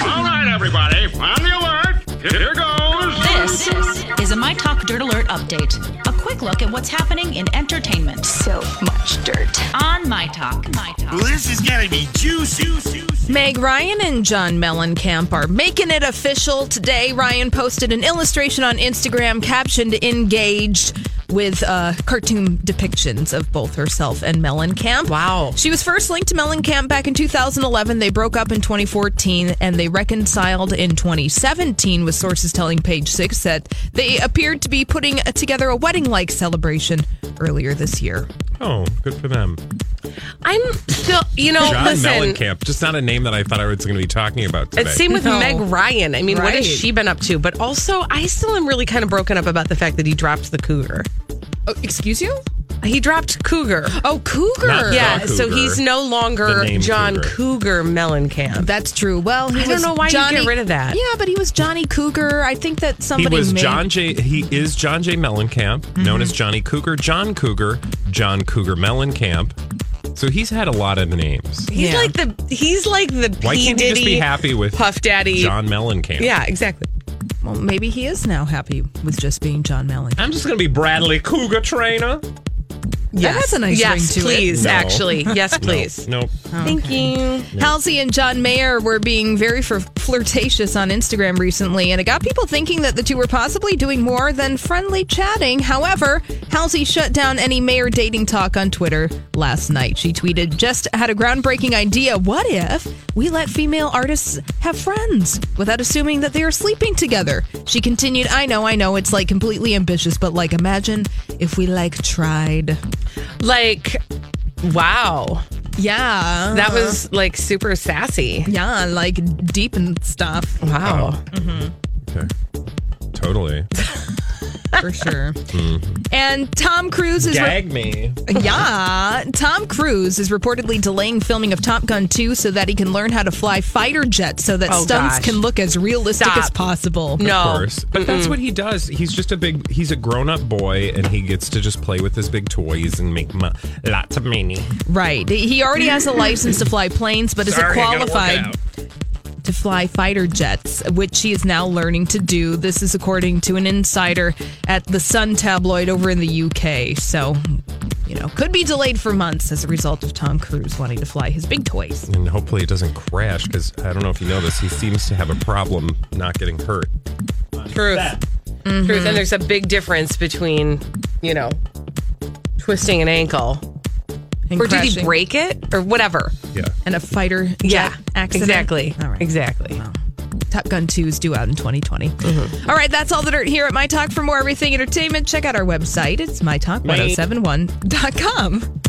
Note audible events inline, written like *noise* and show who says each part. Speaker 1: All right, everybody, on the alert. Here goes.
Speaker 2: This is a My Talk Dirt Alert update. A quick look at what's happening in entertainment
Speaker 3: so much dirt.
Speaker 2: on My Talk. My Talk.
Speaker 1: This is gonna be juicy.
Speaker 3: Meg Ryan and John Mellencamp are making it official today. Ryan posted an illustration on Instagram captioned engaged with uh, cartoon depictions of both herself and Mellencamp. Wow. She was first linked to Mellencamp back in 2011. They broke up in 2014 and they reconciled in 2017 with sources telling Page Six that they appeared to be putting together a wedding like celebration earlier this year.
Speaker 4: Oh, good for them.
Speaker 5: I'm still, you know,
Speaker 4: John
Speaker 5: listen.
Speaker 4: Mellencamp, just not a name that I thought I was going to be talking about today.
Speaker 5: It's same with
Speaker 3: No.
Speaker 5: Meg Ryan. I mean, what
Speaker 3: Right.
Speaker 5: has she been up to? But also, I still am really kind of broken up about the fact that he dropped the cougar.
Speaker 3: Oh, excuse you?
Speaker 5: He dropped cougar.
Speaker 3: Oh, Cougar.
Speaker 4: Not the
Speaker 5: yeah, so
Speaker 4: cougar.
Speaker 5: he's no
Speaker 4: The
Speaker 5: longer
Speaker 4: name
Speaker 5: John Cougar, Mellencamp.
Speaker 3: That's true. Well, he
Speaker 5: I don't
Speaker 3: was
Speaker 5: know why you get
Speaker 3: Johnny,
Speaker 5: rid of that.
Speaker 3: Yeah, but he was Johnny Cougar. I think that
Speaker 4: he
Speaker 3: somebody
Speaker 4: was
Speaker 3: made,
Speaker 4: John J. He is John J. Mellencamp, known
Speaker 5: Mhm.
Speaker 4: as Johnny Cougar, John Cougar, John Cougar Mellencamp. So he's had a lot of names.
Speaker 5: He's
Speaker 3: Yeah.
Speaker 5: like the he's like the
Speaker 4: Why
Speaker 5: P
Speaker 4: can't he just
Speaker 5: Diddy
Speaker 4: be happy with
Speaker 5: Puff Daddy.
Speaker 4: John Mellencamp?
Speaker 5: Yeah, exactly.
Speaker 3: Well, maybe he is now happy with just being John Mellencamp.
Speaker 4: I'm just going to be Bradley Cougar Trainer.
Speaker 5: Yes.
Speaker 3: has a nice
Speaker 5: yes,
Speaker 3: ring to it.
Speaker 4: *laughs*
Speaker 5: please,
Speaker 4: No.
Speaker 5: actually. Yes, please.
Speaker 4: Nope.
Speaker 5: Thank you.
Speaker 3: Halsey and John Mayer were being very fr- flirtatious on Instagram recently, and it got people thinking that the two were possibly doing more than friendly chatting. However, Halsey shut down any Mayer dating talk on Twitter last night. She tweeted, Just had a groundbreaking idea. What if we let female artists have friends without assuming that they are sleeping together? She continued, I know, I know, it's like completely ambitious, but like imagine if we like tried.
Speaker 5: Like wow.
Speaker 3: Yeah.
Speaker 5: That was like super sassy.
Speaker 3: yeah, like deep and stuff.
Speaker 5: Wow.
Speaker 4: Okay.
Speaker 5: *laughs*
Speaker 4: Totally.
Speaker 3: for sure.
Speaker 5: Mm-hmm.
Speaker 3: And Tom Cruise is re-
Speaker 4: Gag me.
Speaker 3: yeah, Tom Cruise is reportedly delaying filming of Top Gun 2 so that he can learn how to fly fighter jets so that
Speaker 5: Oh,
Speaker 3: stunts
Speaker 5: gosh.
Speaker 3: can look as realistic
Speaker 5: Stop.
Speaker 3: as possible.
Speaker 5: No.
Speaker 4: Of course. But that's what he does. He's just a big, he's a grown up boy and he gets to just play with his big toys and make mo- lots of money.
Speaker 3: Right. He already has a license to fly planes but isn't
Speaker 4: Sorry, I gotta work it
Speaker 3: qualified
Speaker 4: out.
Speaker 3: to fly fighter jets, which he is now learning to do. This is according to an insider at the Sun tabloid over in the UK. So, you know, could be delayed for months as a result of Tom Cruise wanting to fly his big toys.
Speaker 4: And hopefully it doesn't crash because I don't know if you know this. He seems to have a problem not getting hurt.
Speaker 5: Truth. Truth. And there's a big difference between, you know, twisting an ankle.
Speaker 3: And
Speaker 5: Or did he
Speaker 3: crashing.
Speaker 5: break it? Or whatever.
Speaker 4: Yeah.
Speaker 3: and a fighter jet
Speaker 5: Yeah.
Speaker 3: accident.
Speaker 5: Exactly.
Speaker 3: All right.
Speaker 5: Exactly.
Speaker 3: Top Gun 2 is due out in 2020.
Speaker 5: Mm-hmm.
Speaker 3: All right, that's all the dirt here at oh My Talk. For more everything entertainment, check out our website. It's mytalk1071.com.